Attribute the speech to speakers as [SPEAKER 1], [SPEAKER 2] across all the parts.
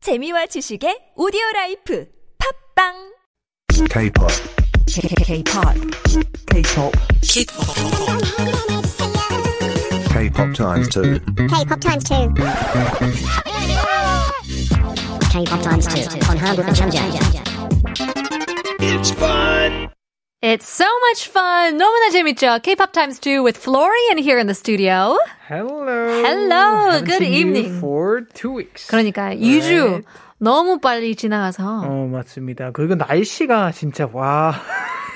[SPEAKER 1] 재미와 지식의 오디오 라이프 팝빵
[SPEAKER 2] K-pop.
[SPEAKER 3] K-pop. K-pop.
[SPEAKER 2] K-pop times two.
[SPEAKER 4] K-pop times two. K-pop times two on Hamburg and Changjiang.
[SPEAKER 5] It's so much fun. 너무나 재밌죠? K-pop times two with Florian here in the studio.
[SPEAKER 6] Hello.
[SPEAKER 5] Hello.
[SPEAKER 6] Haven't
[SPEAKER 5] Good
[SPEAKER 6] seen you
[SPEAKER 5] evening.
[SPEAKER 6] For two weeks.
[SPEAKER 5] 그러니까 2주
[SPEAKER 6] Right.
[SPEAKER 5] 너무 빨리 지나가서
[SPEAKER 6] 어 맞습니다. 그리고 날씨가 진짜 와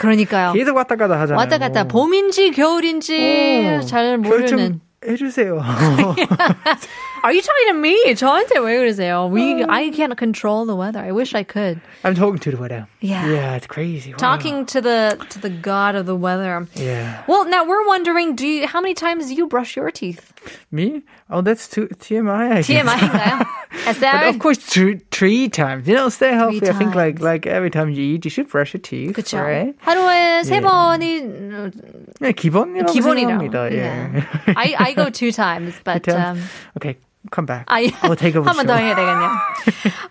[SPEAKER 5] 그러니까요.
[SPEAKER 6] 계속 왔다 갔다 하잖아요.
[SPEAKER 5] 왔다 갔다 봄인지 겨울인지
[SPEAKER 6] 오,
[SPEAKER 5] 잘
[SPEAKER 6] 그걸 좀
[SPEAKER 5] 모르는.
[SPEAKER 6] 해주세요.
[SPEAKER 5] Are you trying to me? 저한테 왜 그러세요? We I can't control the weather. I wish I could.
[SPEAKER 6] I'm talking to the weather.
[SPEAKER 5] Yeah.
[SPEAKER 6] Yeah, it's crazy. Wow.
[SPEAKER 5] Talking to the to the god of the weather.
[SPEAKER 6] Yeah.
[SPEAKER 5] Well, now we're wondering, do you, how many times do you brush your teeth?
[SPEAKER 6] Me? Oh, that's too, TMI. I guess.
[SPEAKER 5] TMI인가요?
[SPEAKER 6] But
[SPEAKER 5] SR?
[SPEAKER 6] of course, three, three times. You know, stay healthy. I think like
[SPEAKER 5] times.
[SPEAKER 6] like every time you eat, you should brush your teeth.
[SPEAKER 5] 그렇죠.
[SPEAKER 6] Right?
[SPEAKER 5] 하루에 세
[SPEAKER 6] 예.
[SPEAKER 5] 번이 어,
[SPEAKER 6] 네, 기본이라고
[SPEAKER 5] 기본이라고.
[SPEAKER 6] 생각합니다. 예.
[SPEAKER 5] Yeah.
[SPEAKER 6] Yeah.
[SPEAKER 5] I I go two times, but
[SPEAKER 6] Two
[SPEAKER 5] um,
[SPEAKER 6] times? okay, come back.
[SPEAKER 5] I
[SPEAKER 6] will take a
[SPEAKER 5] 아, 예. 한번 더 해야 되겠네요.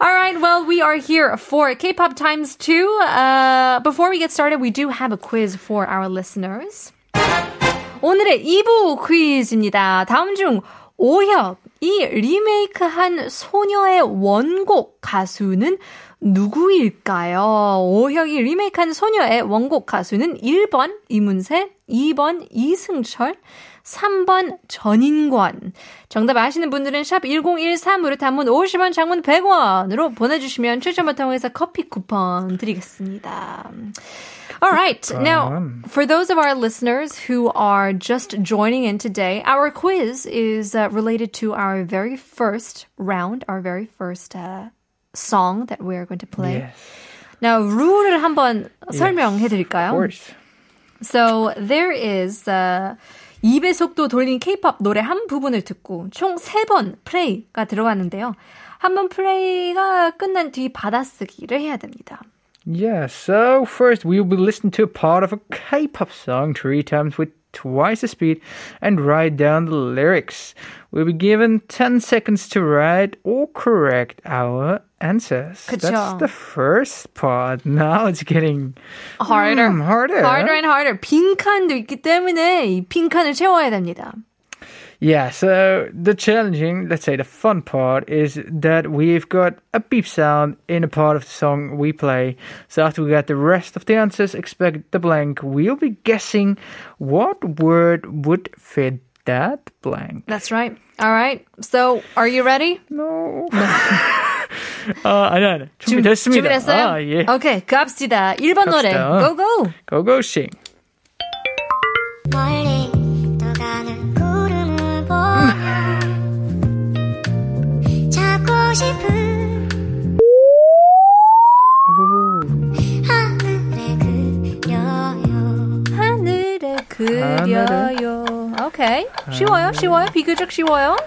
[SPEAKER 5] All right, well, we are here for K-pop Times 2. Uh, before we get started, we do have a quiz for our listeners. 오늘의 2부 퀴즈입니다. 다음 중 오혁이 리메이크한 소녀의 원곡 가수는 누구일까요? 오혁이 리메이크한 소녀의 원곡 가수는 1번 이문세, 2번 이승철, 3번 전인권. 정답 아시는 분들은 샵 1013으로 단문 50원, 장문 100원으로 보내주시면 추첨을 통해서 커피 쿠폰 드리겠습니다. All right. Now, for those of our listeners who are just joining in today, our quiz is uh, related to our very first round, our very first uh, song that we are going to play.
[SPEAKER 6] Yes,
[SPEAKER 5] Now, 룰을 한번 설명해
[SPEAKER 6] of
[SPEAKER 5] 드릴까요?
[SPEAKER 6] course.
[SPEAKER 5] So there is uh, 2배 속도 돌린 K-pop 노래 한 부분을 듣고 총 3번 플레이가 들어가는데요. 한 번 플레이가 끝난 뒤 받아쓰기를 해야 됩니다.
[SPEAKER 6] Yeah, so first we will listen to a part of a K-pop song three times with twice the speed and write down the lyrics. We'll be given 10 seconds to write or correct our answers. That's
[SPEAKER 5] 그쵸.
[SPEAKER 6] the first part. Now it's getting
[SPEAKER 5] Harder.
[SPEAKER 6] mm, harder.
[SPEAKER 5] Harder and harder. 빈칸도 있기 때문에 이 빈칸을 채워야 됩니다.
[SPEAKER 6] Yeah, so the challenging, let's say the fun part, is that we've got a beep sound in a part of the song we play. So after we get the rest of the answers, expect the blank. We'll be guessing what word would fit that blank.
[SPEAKER 5] That's right. All right. So, are you ready?
[SPEAKER 6] No. Ah, 아, 아니, 아니. 준비됐습니다.
[SPEAKER 5] 준비됐어요?
[SPEAKER 6] 아, 예.
[SPEAKER 5] 오케이, 갑시다. 1번 노래.
[SPEAKER 6] 갑시다.
[SPEAKER 5] Go, go.
[SPEAKER 6] 고고 싱.
[SPEAKER 7] 멀리 떠가는 구름을 보며 찾고 싶은 하늘에 그려요
[SPEAKER 5] 하늘을 그려요. 오케이. 쉬워요, 쉬워요. 비교적 쉬워요.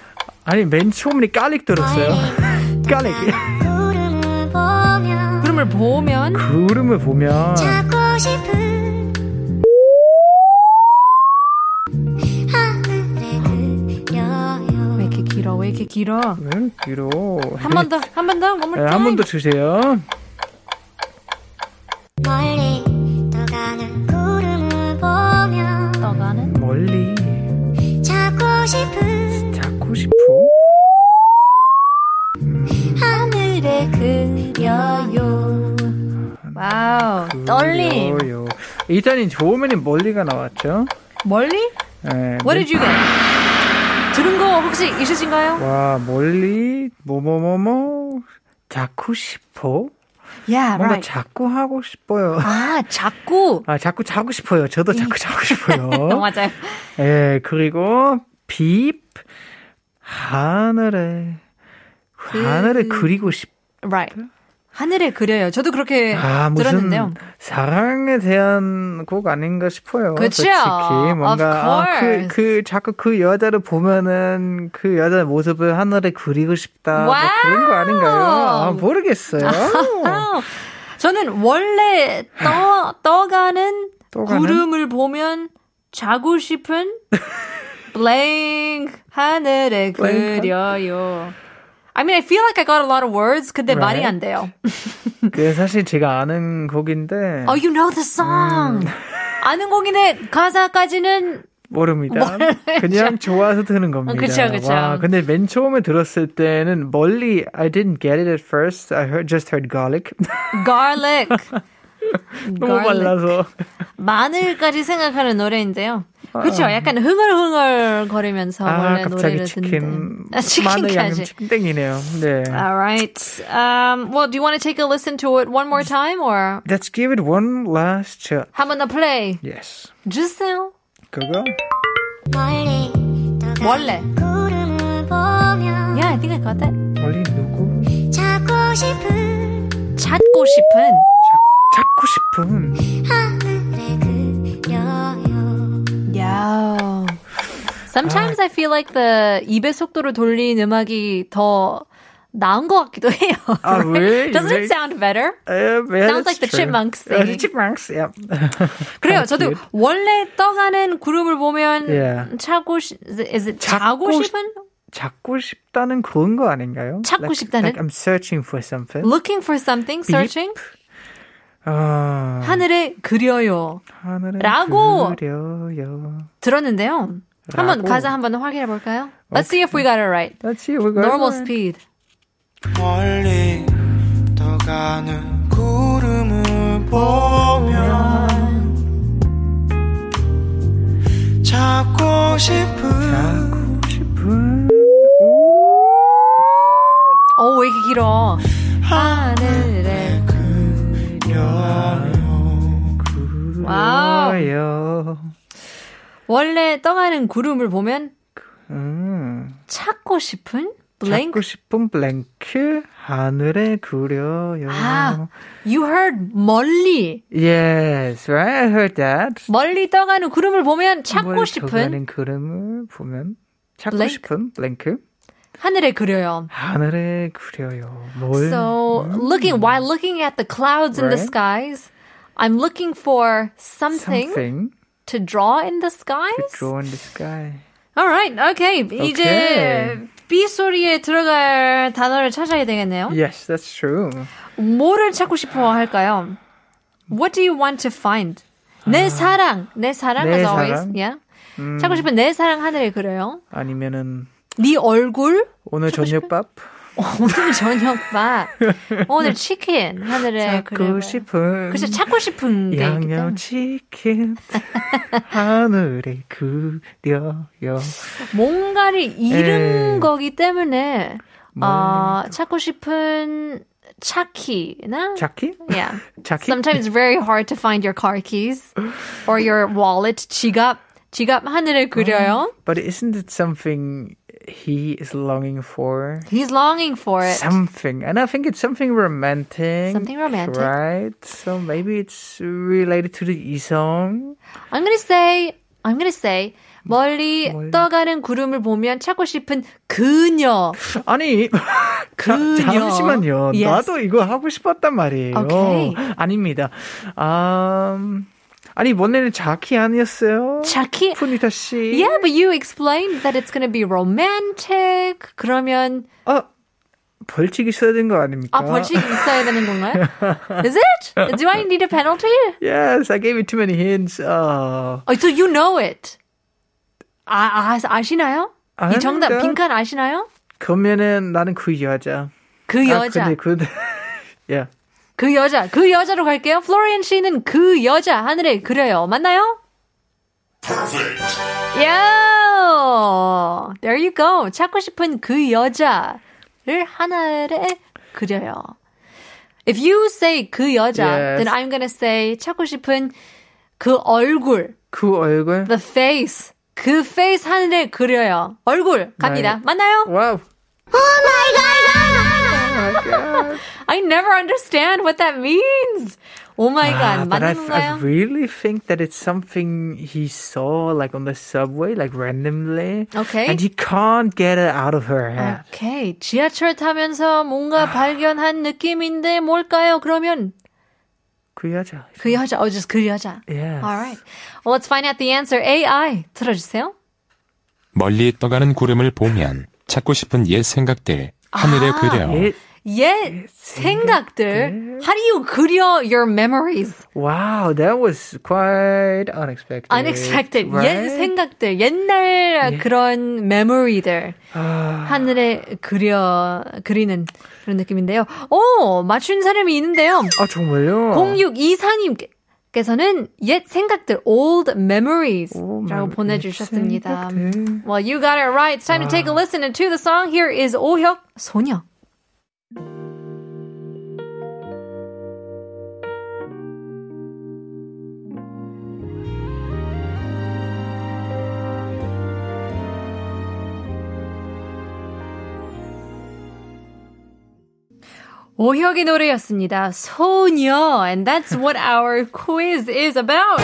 [SPEAKER 6] 아니, 맨 처음에 깔릭 들었어요. 네.
[SPEAKER 7] 멀리
[SPEAKER 6] 깔릭.
[SPEAKER 7] 떠가는
[SPEAKER 5] 구름을
[SPEAKER 7] 구름을 보며
[SPEAKER 5] 보면
[SPEAKER 6] 구름을 보면
[SPEAKER 7] 찾고 싶은 하늘에
[SPEAKER 5] 왜
[SPEAKER 7] 그려요
[SPEAKER 5] 이렇게 길어? 왜 이렇게 길어?
[SPEAKER 6] 음, 뒤로.
[SPEAKER 5] 한 번 더, 한 번 더, one more time.
[SPEAKER 6] 네, 한번 더 주세요.
[SPEAKER 7] 멀리 떠가는 구름을 보며
[SPEAKER 5] 떠가는
[SPEAKER 6] 멀리
[SPEAKER 7] 찾고 싶은
[SPEAKER 6] 잡고 싶어.
[SPEAKER 7] 하늘에 그려요
[SPEAKER 5] 와우.
[SPEAKER 6] 그
[SPEAKER 5] 떨림.
[SPEAKER 6] 그려요. 일단은 좋으면 멀리가 나왔죠.
[SPEAKER 5] 멀리?
[SPEAKER 6] 예.
[SPEAKER 5] What did you get? 들은 거 혹시 있으신가요?
[SPEAKER 6] 와 멀리 뭐뭐뭐뭐 자꾸 싶어.
[SPEAKER 5] Yeah,
[SPEAKER 6] 뭔가
[SPEAKER 5] right.
[SPEAKER 6] 자꾸 하고 싶어요.
[SPEAKER 5] 아, 자꾸.
[SPEAKER 6] 아 자꾸 자고 싶어요. 저도 자꾸 자고 싶어요.
[SPEAKER 5] 맞아요.
[SPEAKER 6] 예 그리고 빕 하늘에 하늘을 그리고 싶.
[SPEAKER 5] Right. 하늘에 그려요. 저도 그렇게
[SPEAKER 6] 아 무슨
[SPEAKER 5] 네, 들었는데요.
[SPEAKER 6] 사랑에 대한 곡 아닌가 싶어요.
[SPEAKER 5] 그쵸?
[SPEAKER 6] 솔직히 뭔가
[SPEAKER 5] Of
[SPEAKER 6] 아,
[SPEAKER 5] course.
[SPEAKER 6] 그, 그 자꾸 그 여자를 보면은 그 여자 모습을 하늘에 그리고 싶다 뭐
[SPEAKER 5] 와우!
[SPEAKER 6] 그런 거 아닌가요? 아, 모르겠어요.
[SPEAKER 5] 아, 저는 원래 떠, 떠가는
[SPEAKER 6] 떠가는?
[SPEAKER 5] 구름을 보면 자고 싶은 blank 하늘에
[SPEAKER 6] Blank.
[SPEAKER 5] 그려요. I mean, I feel like I got a lot of words. 근데 말이
[SPEAKER 6] Right.
[SPEAKER 5] 안 돼요.
[SPEAKER 6] 그 사실 제가 아는 곡인데
[SPEAKER 5] Oh, you know the song.
[SPEAKER 6] 음.
[SPEAKER 5] 아는 곡인데 가사까지는
[SPEAKER 6] 모릅니다. 그냥 좋아서 듣는 겁니다.
[SPEAKER 5] 그쵸, 그쵸.
[SPEAKER 6] 와, 근데 맨 처음에 들었을 때는 멀리 I didn't get it at first. I heard, just heard garlic.
[SPEAKER 5] garlic.
[SPEAKER 6] 너무 말라서.
[SPEAKER 5] 마늘까지 생각하는 노래인데요. 그렇죠. 약간 흥얼흥얼 거리면서
[SPEAKER 6] 아
[SPEAKER 5] 원래
[SPEAKER 6] 갑자기
[SPEAKER 5] 노래를
[SPEAKER 6] 치킨
[SPEAKER 5] 듣는데. 아,
[SPEAKER 6] 마늘 양념
[SPEAKER 5] 치킨까지.
[SPEAKER 6] 치킨 땡이네요. 네.
[SPEAKER 5] All right. Um, well, do you want to take a listen to it one more time or
[SPEAKER 6] Let's give it one last shot.
[SPEAKER 5] 한번 더 play?
[SPEAKER 6] Yes.
[SPEAKER 5] 주세요.
[SPEAKER 6] 그거?
[SPEAKER 7] 멀리
[SPEAKER 5] 원래.
[SPEAKER 7] 떠가는 구름을 보며
[SPEAKER 5] Yeah, I think I got that.
[SPEAKER 6] 멀리 누구?
[SPEAKER 5] 예?
[SPEAKER 7] 찾고 싶은
[SPEAKER 5] 찾고 싶은
[SPEAKER 6] 찾고 싶은
[SPEAKER 7] 하늘의 그려요
[SPEAKER 5] Yeah. Sometimes I feel like the 입의 속도를 돌린 음악이 더 나은 것 같기도 해요.
[SPEAKER 6] 아, really?
[SPEAKER 5] Doesn't
[SPEAKER 6] Really?
[SPEAKER 5] it sound better?
[SPEAKER 6] Uh,
[SPEAKER 5] Sounds like the chipmunks
[SPEAKER 6] Uh, the
[SPEAKER 5] singing.
[SPEAKER 6] chipmunks, yeah.
[SPEAKER 5] 그래요. 저도 원래 떠가는 구름을 보면
[SPEAKER 6] Yeah.
[SPEAKER 5] 차고 시, is it- is it
[SPEAKER 6] 찾고
[SPEAKER 5] 자고
[SPEAKER 6] 싶-
[SPEAKER 5] 싶은?
[SPEAKER 6] 찾고 싶다는 그런 거 아닌가요?
[SPEAKER 5] 찾고
[SPEAKER 6] like,
[SPEAKER 5] 싶다는?
[SPEAKER 6] Like I'm searching for something.
[SPEAKER 5] Looking for something, searching.
[SPEAKER 6] 아,
[SPEAKER 5] 하늘에 그려요.
[SPEAKER 6] 하늘을
[SPEAKER 5] 라고.
[SPEAKER 6] 그려요.
[SPEAKER 5] 들었는데요. 한번
[SPEAKER 6] 라고.
[SPEAKER 5] 가사 한번 확인해 볼까요? Let's see if we got it right.
[SPEAKER 6] Let's see, we're going.
[SPEAKER 5] Normal
[SPEAKER 6] on.
[SPEAKER 5] speed.
[SPEAKER 8] 멀리 떠가는 구름을 보면 찾고 싶은
[SPEAKER 6] 싶은
[SPEAKER 5] 어, 왜 이렇게 길어? 하늘에 와우.
[SPEAKER 6] 거요.
[SPEAKER 5] 원래 떠가는 구름을 보면
[SPEAKER 6] 음,
[SPEAKER 5] 찾고 싶은
[SPEAKER 6] 찾고
[SPEAKER 5] blank.
[SPEAKER 6] 싶은 블랭크 하늘에 그려요.
[SPEAKER 5] 아, you heard 멀리
[SPEAKER 6] Yes, right. I heard that.
[SPEAKER 5] 멀리 떠가는 구름을 보면 찾고
[SPEAKER 6] 뭘
[SPEAKER 5] 싶은
[SPEAKER 6] 적어낸 그림을 보면 찾고
[SPEAKER 5] 블랭크?
[SPEAKER 6] 싶은 블랭크
[SPEAKER 5] 하늘에 그려요.
[SPEAKER 6] 하늘에 그려요. 뭘?
[SPEAKER 5] So looking while looking at the clouds in the
[SPEAKER 6] Right.
[SPEAKER 5] skies, I'm looking for something,
[SPEAKER 6] something
[SPEAKER 5] to draw in the skies.
[SPEAKER 6] to draw in the sky.
[SPEAKER 5] All right, okay. 이제
[SPEAKER 6] Okay.
[SPEAKER 5] B 소리에 들어갈 단어를 찾아야 되겠네요.
[SPEAKER 6] Yes, that's true.
[SPEAKER 5] 뭐를 찾고 싶어 할까요? What do you want to find? 내 사랑, 내 사랑
[SPEAKER 6] 아. 내
[SPEAKER 5] as always.
[SPEAKER 6] 사랑? 음.
[SPEAKER 5] Yeah. 찾고 싶은 내 사랑 하늘에 그려요.
[SPEAKER 6] 아니면은
[SPEAKER 5] 네 얼굴
[SPEAKER 6] 오늘 저녁밥
[SPEAKER 5] 오늘 저녁밥 오늘 치킨 하늘에 네, 그려요.
[SPEAKER 6] 찾고 싶은
[SPEAKER 5] 그래서 찾고 싶은 게 있기 때문에.
[SPEAKER 6] 양념치킨 하늘에 그려요.
[SPEAKER 5] 뭔가를 잃은
[SPEAKER 6] 예.
[SPEAKER 5] 거기 때문에 어,
[SPEAKER 6] 뭔가.
[SPEAKER 5] 찾고 싶은 차키나
[SPEAKER 6] 자키?
[SPEAKER 5] yeah.
[SPEAKER 6] 자키?
[SPEAKER 5] Sometimes it's very hard to find your car keys or your wallet 지갑 지갑 하늘을 그려요.
[SPEAKER 6] But isn't it something he is longing for?
[SPEAKER 5] He's longing for it.
[SPEAKER 6] Something, and I think it's something romantic.
[SPEAKER 5] Something romantic.
[SPEAKER 6] right? So maybe it's related to the 이성.
[SPEAKER 5] I'm gonna say I'm gonna say 멀리
[SPEAKER 6] 멀리.
[SPEAKER 5] 떠가는 구름을 보면 찾고 싶은 그녀.
[SPEAKER 6] 아니
[SPEAKER 5] 그녀.
[SPEAKER 6] 자, 잠시만요.
[SPEAKER 5] Yes.
[SPEAKER 6] 나도 이거 하고 싶었단 말이에요.
[SPEAKER 5] Okay.
[SPEAKER 6] 아닙니다. 음, 아니 원래는 자키 아니었어요?
[SPEAKER 5] 차키.
[SPEAKER 6] 푸니타 씨.
[SPEAKER 5] Yeah, but you explained that it's gonna be romantic. 그러면
[SPEAKER 6] 어 벌칙 있어야 된 거 아닙니까?
[SPEAKER 5] 아, 벌칙이 있어야 되는 건가요? Is it? Do I need a penalty?
[SPEAKER 6] Yes, I gave you too many hints. 어,
[SPEAKER 5] Oh, so you know it. 아, 아 아시나요? 이 정답
[SPEAKER 6] 아닙니다.
[SPEAKER 5] 빈칸 아시나요?
[SPEAKER 6] 그러면은 나는 그 여자.
[SPEAKER 5] 그
[SPEAKER 6] 아,
[SPEAKER 5] 여자.
[SPEAKER 6] 근데 그 yeah.
[SPEAKER 5] 그 여자. 그 여자로 갈게요. 플로리안 씨는 그 여자 하늘에 그려요. 맞나요? Yeah. There you go. 찾고 싶은 그 여자를 하늘에 그려요. If you say 그 여자,
[SPEAKER 6] Yes.
[SPEAKER 5] then I'm gonna say 찾고 싶은 그 얼굴,
[SPEAKER 6] 그 얼굴.
[SPEAKER 5] the face. 그 face 하늘에 그려요. 얼굴 갑니다. 맞나요?
[SPEAKER 6] 와우.
[SPEAKER 5] I never understand what that means. Oh my god,
[SPEAKER 6] Ah, but I,
[SPEAKER 5] 맞는
[SPEAKER 6] I
[SPEAKER 5] 건가요?
[SPEAKER 6] really think that it's something he saw like on the subway, like randomly.
[SPEAKER 5] Okay.
[SPEAKER 6] And he can't get it out of her head.
[SPEAKER 5] 오케이, 지하철 타면서 뭔가 발견한 느낌인데 뭘까요? 그러면
[SPEAKER 6] 그 여자.
[SPEAKER 5] 그 여자, 어, just 그 여자.
[SPEAKER 6] Yes.
[SPEAKER 5] Alright. Well, let's find out the answer. AI, 들어주세요.
[SPEAKER 9] 멀리 떠가는 구름을 보면 찾고 싶은 옛 생각들 하늘에 그려.
[SPEAKER 6] It
[SPEAKER 5] 옛 생각들. How do you 그려 your memories?
[SPEAKER 6] wow, that was quite unexpected.
[SPEAKER 5] Unexpected. 옛
[SPEAKER 6] right?
[SPEAKER 5] 생각들. 옛날 그런 memory들.
[SPEAKER 6] Ah.
[SPEAKER 5] 하늘에 그려, 그리는 그런 느낌인데요. 오, 맞춘 사람이 있는데요.
[SPEAKER 6] 아 정말요?
[SPEAKER 5] 0624님께서는 옛 생각들, old
[SPEAKER 6] 오,
[SPEAKER 5] memories라고
[SPEAKER 6] 마-
[SPEAKER 5] 보내주셨습니다.
[SPEAKER 6] 생각들.
[SPEAKER 5] Well, you got it right. It's time to take a listen to the song. Here is 오혁 소녀. 오혁의 노래였습니다. 소녀. And that's what our quiz is about.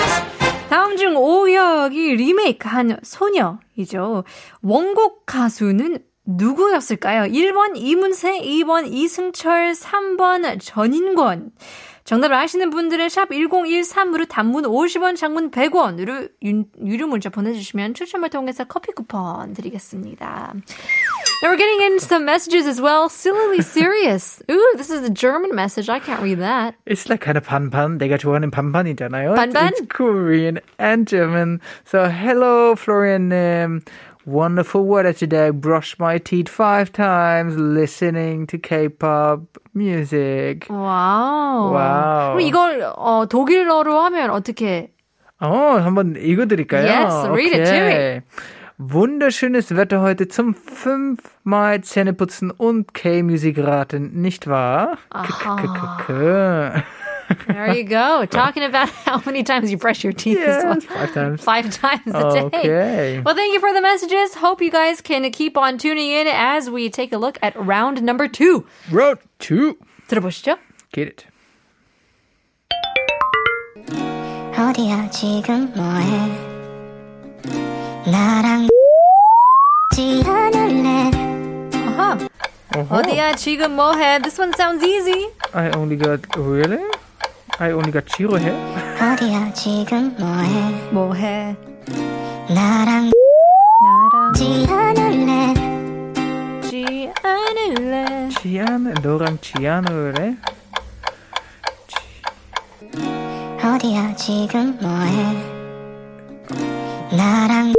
[SPEAKER 5] 다음 중 오혁이 리메이크한 소녀이죠. 원곡 가수는 누구였을까요? 1번 이문세, 2번 이승철, 3번 전인권. 정답을 아시는 분들은 샵 1013으로 단문 50원, 장문 100원으로 유료 문자 보내주시면 추첨을 통해서 커피 쿠폰 드리겠습니다. Now we're getting in some messages as well. Sillily serious. Ooh, this is a German message. I can't read that.
[SPEAKER 6] It's like kind of 반반. 내가 좋아하는 반반이잖아요. It's-
[SPEAKER 5] 반반?
[SPEAKER 6] It's Korean and German. So hello, Florian. Um, wonderful weather today. Brush my teeth five times. Listening to K-pop music.
[SPEAKER 5] 와우.
[SPEAKER 6] 와우.
[SPEAKER 5] 그럼 이걸 어, uh, 독일어로 하면 어떻게?
[SPEAKER 6] Oh, 한번 읽어드릴까요?
[SPEAKER 5] Yes, read it,
[SPEAKER 6] Okay. Wunderschönes Wetter heute zum fünfmal Zähneputzen und K-Music raten, nicht wahr? Aha.
[SPEAKER 5] There you go. Talking about how many times you brush your teeth. as well.
[SPEAKER 6] yes, five times.
[SPEAKER 5] Five times a day.
[SPEAKER 6] Okay.
[SPEAKER 5] Well, thank you for the messages. Hope you guys can keep on tuning in as we take a look at round number two.
[SPEAKER 6] Road two.
[SPEAKER 5] 들어보시죠.
[SPEAKER 6] Get it.
[SPEAKER 7] 어디야 지금 뭐해 나랑 지 않을래
[SPEAKER 5] 아하. Uh-huh. 어디야 지금 뭐해? This one sounds easy.
[SPEAKER 6] I only got really? I only got Chiro here.
[SPEAKER 7] 어디야 지금 뭐해
[SPEAKER 5] 뭐해?
[SPEAKER 7] 나랑
[SPEAKER 5] 나랑
[SPEAKER 7] 지 않을래
[SPEAKER 5] 지 않을래?
[SPEAKER 6] Chian, 너랑 Chiano래.
[SPEAKER 7] 어디야 지금 뭐해 나랑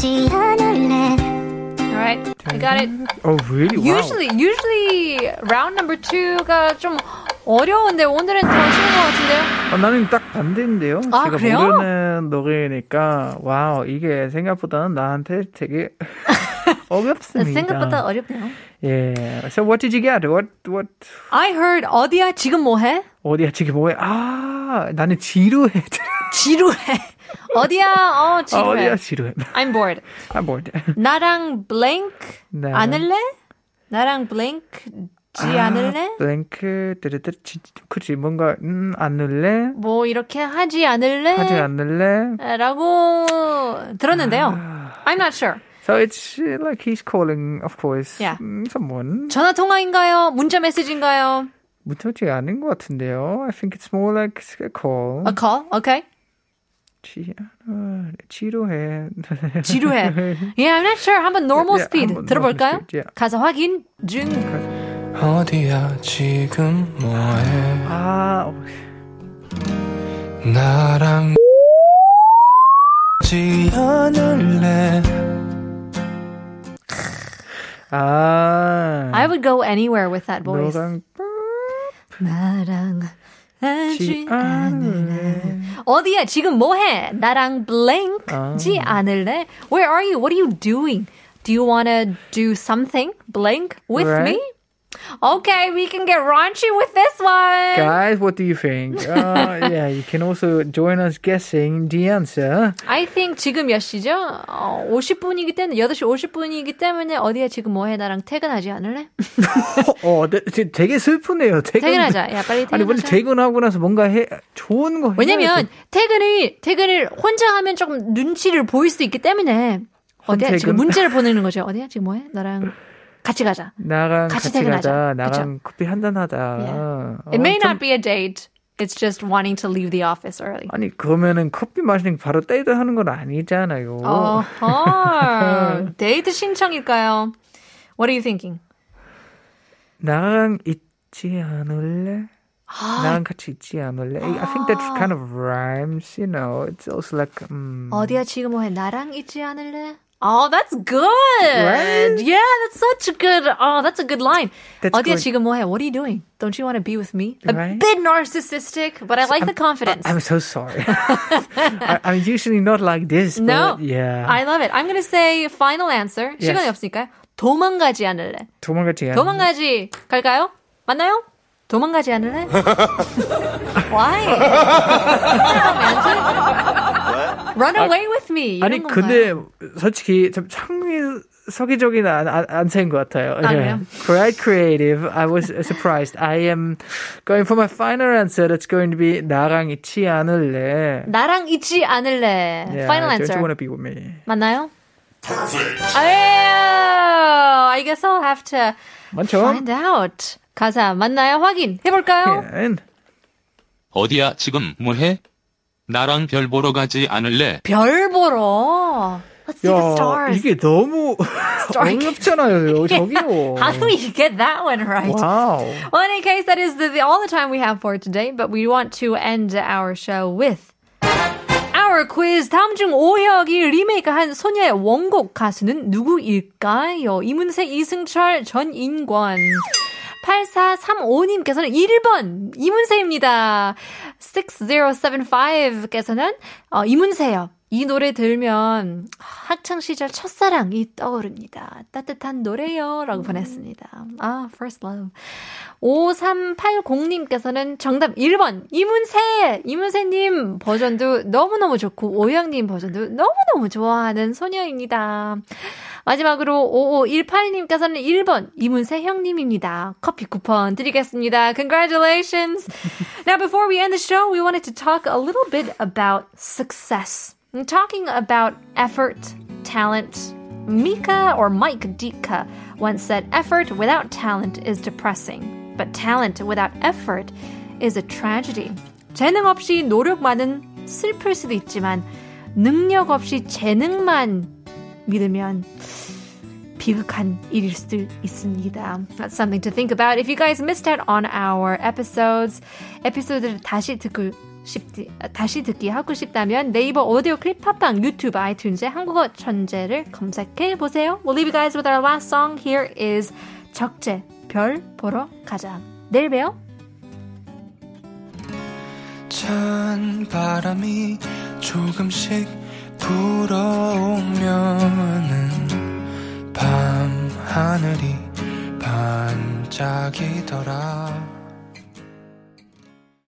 [SPEAKER 7] 지 않을래
[SPEAKER 5] All right, I got it.
[SPEAKER 6] Oh really? Wow.
[SPEAKER 5] Usually, usually round number two가 좀 어려운데 오늘은 더 쉬운 것 같은데요.
[SPEAKER 6] 어, 나는 딱 반대인데요.
[SPEAKER 5] 아,
[SPEAKER 6] 제가
[SPEAKER 5] 그래요?
[SPEAKER 6] 모르는 노래니까 와우 이게 생각보다는 나한테 되게 어렵습니다.
[SPEAKER 5] 생각보다 어렵네요.
[SPEAKER 6] 예. So what did you get? What what er
[SPEAKER 5] I heard 어디야 지금 뭐해?
[SPEAKER 6] 어디야 지금 뭐해? 아 나는 지루해.
[SPEAKER 5] 지루해. 어디야? 어
[SPEAKER 6] 아,
[SPEAKER 5] 지루해.
[SPEAKER 6] 어디야 지루해.
[SPEAKER 5] I'm bored.
[SPEAKER 6] 아 뭐지?
[SPEAKER 5] 나랑 blank
[SPEAKER 6] 나랑-
[SPEAKER 5] 안을래? 나랑 blank 지
[SPEAKER 6] 아.
[SPEAKER 5] 않을래?
[SPEAKER 6] 블랭크 뜨르뜨 지- 그치 뭔가 음 안을래
[SPEAKER 5] 뭐 이렇게 하지 않을래?
[SPEAKER 6] 하지 않을래.
[SPEAKER 5] 라고 들었는데요.
[SPEAKER 6] 아.
[SPEAKER 5] I'm not sure.
[SPEAKER 6] So it's uh, like he's calling, of course,
[SPEAKER 5] Yeah.
[SPEAKER 6] 음, someone.
[SPEAKER 5] 전화 통화인가요? 문자 메시지인가요?
[SPEAKER 6] 무턱지 않은 것 같은데요. I think it's more like a call.
[SPEAKER 5] A call? Okay.
[SPEAKER 6] 지, 아, 지루해.
[SPEAKER 5] 지루해. Yeah, I'm not sure. 한번 normal
[SPEAKER 6] Yeah,
[SPEAKER 5] speed
[SPEAKER 6] 한번 normal
[SPEAKER 5] 들어볼까요?
[SPEAKER 6] speed, yeah.
[SPEAKER 5] 가사 확인 중.
[SPEAKER 8] 어디야 지금 뭐해
[SPEAKER 6] 아, 어,
[SPEAKER 8] 나랑 지 않을래
[SPEAKER 6] 아. 뭐
[SPEAKER 5] I would go anywhere with that voice.
[SPEAKER 6] 너랑
[SPEAKER 5] 나랑 하지
[SPEAKER 6] 지
[SPEAKER 5] 않을래.
[SPEAKER 6] 않을래.
[SPEAKER 5] 어디야? 지금 뭐해? 나랑 blank
[SPEAKER 6] 아.
[SPEAKER 5] 지 않을래? Where are you? What are you doing? Do you want to do something blank with
[SPEAKER 6] Right.
[SPEAKER 5] me? Okay, we can get raunchy with this one.
[SPEAKER 6] Guys, what do you think? Uh, yeah, you can also join us guessing the answer.
[SPEAKER 5] I think 지금 몇 시죠? 어, 50분이기 때문에 8시 50분이기 때문에 어디야 지금 뭐해 나랑 퇴근하지 않을래?
[SPEAKER 6] 어, 되- 되- 되게 슬프네요. 퇴근.
[SPEAKER 5] 퇴근하자. 야 빨리
[SPEAKER 6] 아니, 원래
[SPEAKER 5] 퇴근하자.
[SPEAKER 6] 퇴근하고 나서 뭔가 해, 좋은 거 해야
[SPEAKER 5] 왜냐면 퇴근을 퇴근을 혼자 하면 조금 눈치를 보일 수도 있기 때문에 어디야 지금
[SPEAKER 6] 혼퇴근?
[SPEAKER 5] 문자를 보내는 거죠. 어디야 지금 뭐해? 나랑 같이 가자.
[SPEAKER 6] 나랑
[SPEAKER 5] 같이
[SPEAKER 6] 같이,
[SPEAKER 5] 퇴근하자.
[SPEAKER 6] 가자. 나랑 커피 한잔 하자.
[SPEAKER 5] Yeah.
[SPEAKER 6] 어,
[SPEAKER 5] It may
[SPEAKER 6] 참-
[SPEAKER 5] not be a date. It's just wanting to leave the office early.
[SPEAKER 6] 아니 그러면은 커피 마시는 게 바로 데이트 하는 건 아니잖아요.
[SPEAKER 5] 어. 어허. 데이트 신청일까요? What are you thinking?
[SPEAKER 6] 나랑 있지 않을래?
[SPEAKER 5] 아.
[SPEAKER 6] 나랑 같이 있지 않을래? I think that kind of rhymes, you know. It's also like um,
[SPEAKER 5] 어디야 지금 뭐해? 나랑 있지 않을래? Oh, that's good.
[SPEAKER 6] Right?
[SPEAKER 5] Yeah, that's such a good. Oh, that's a good line.
[SPEAKER 6] That's
[SPEAKER 5] 어디야
[SPEAKER 6] good.
[SPEAKER 5] 지금 뭐해? What are you doing? Don't you want to be with me? A
[SPEAKER 6] Right?
[SPEAKER 5] bit narcissistic, but I like the confidence.
[SPEAKER 6] I'm so sorry. I, I'm usually not like this.
[SPEAKER 5] no.
[SPEAKER 6] But yeah.
[SPEAKER 5] I love it. I'm gonna say final answer. 시간이 없으니까 도망가지 않을래.
[SPEAKER 6] 도망가지 않-
[SPEAKER 5] 도망가지 갈까요? 맞나요? 도망가지 않을래? Why? Run away with me. 이런
[SPEAKER 6] 아, 아니
[SPEAKER 5] 건가요?
[SPEAKER 6] 근데 솔직히 좀 창의적인 안- 안- 안세인 것 같아요.
[SPEAKER 5] 아,
[SPEAKER 6] Yeah.
[SPEAKER 5] 그래요?
[SPEAKER 6] Quite creative. I was surprised. I am going for my final answer. That's going to be 나랑 있지 않을래.
[SPEAKER 5] 나랑 있지 않을래.
[SPEAKER 6] Yeah,
[SPEAKER 5] 네, Final
[SPEAKER 6] don't
[SPEAKER 5] answer.
[SPEAKER 6] you want to be with me?
[SPEAKER 5] 맞나요? 아유, I guess I'll have to
[SPEAKER 6] 맞죠?
[SPEAKER 5] find out. 가사 맞나요? 확인 해볼까요?
[SPEAKER 6] And
[SPEAKER 9] 어디야 지금 뭐해? 나랑 별 보러 가지 않을래?
[SPEAKER 5] 별 보러. Let's see the
[SPEAKER 6] 야,
[SPEAKER 5] stars.
[SPEAKER 6] 이게 너무 어렵잖아요. 저기요.
[SPEAKER 5] How do we get that one right?
[SPEAKER 6] 와우.
[SPEAKER 5] Well, in any case, that is the, the, all the time we have for today, but we want to end our show with our quiz. 다음 중 오혁이 리메이크한 소녀의 원곡 가수는 누구일까요? 이문세, 이승철, 전인권. 8435님께서는 1번 이문세입니다. 6075께서는 어, 이문세요. 이 노래 들면 학창 시절 첫사랑이 떠오릅니다. 따뜻한 노래요라고 보냈습니다. 아, first love. 5380님께서는 정답 1번 이문세 이문세님 버전도 너무너무 좋고 오영님 버전도 너무너무 좋아하는 소녀입니다. 마지막으로 5518님께서는 1번 이문세 형님입니다. 커피 쿠폰 드리겠습니다. Congratulations. now before we end the show, we wanted to talk a little bit about success. I'm talking about effort, talent. Mika or Mike Ditka once said, "Effort without talent is depressing, but talent without effort is a tragedy." 재능 없이 노력만은 슬플 수도 있지만 능력 없이 재능만 믿으면 비극한 일일 수도 있습니다. That's something to think about. If you guys missed out on our episodes, 에피소드를 다시 듣고 싶지, 다시 듣기 하고 싶다면 네이버 오디오 클립 팟빵 유튜브 아이튠즈에 한국어 천재를 검색해 보세요. We'll leave you guys with our last song. Here is 적재 별 보러 가자. 내일 봬요.
[SPEAKER 8] 찬 바람이 조금씩 불어오면은 밤 하늘이 반짝이더라.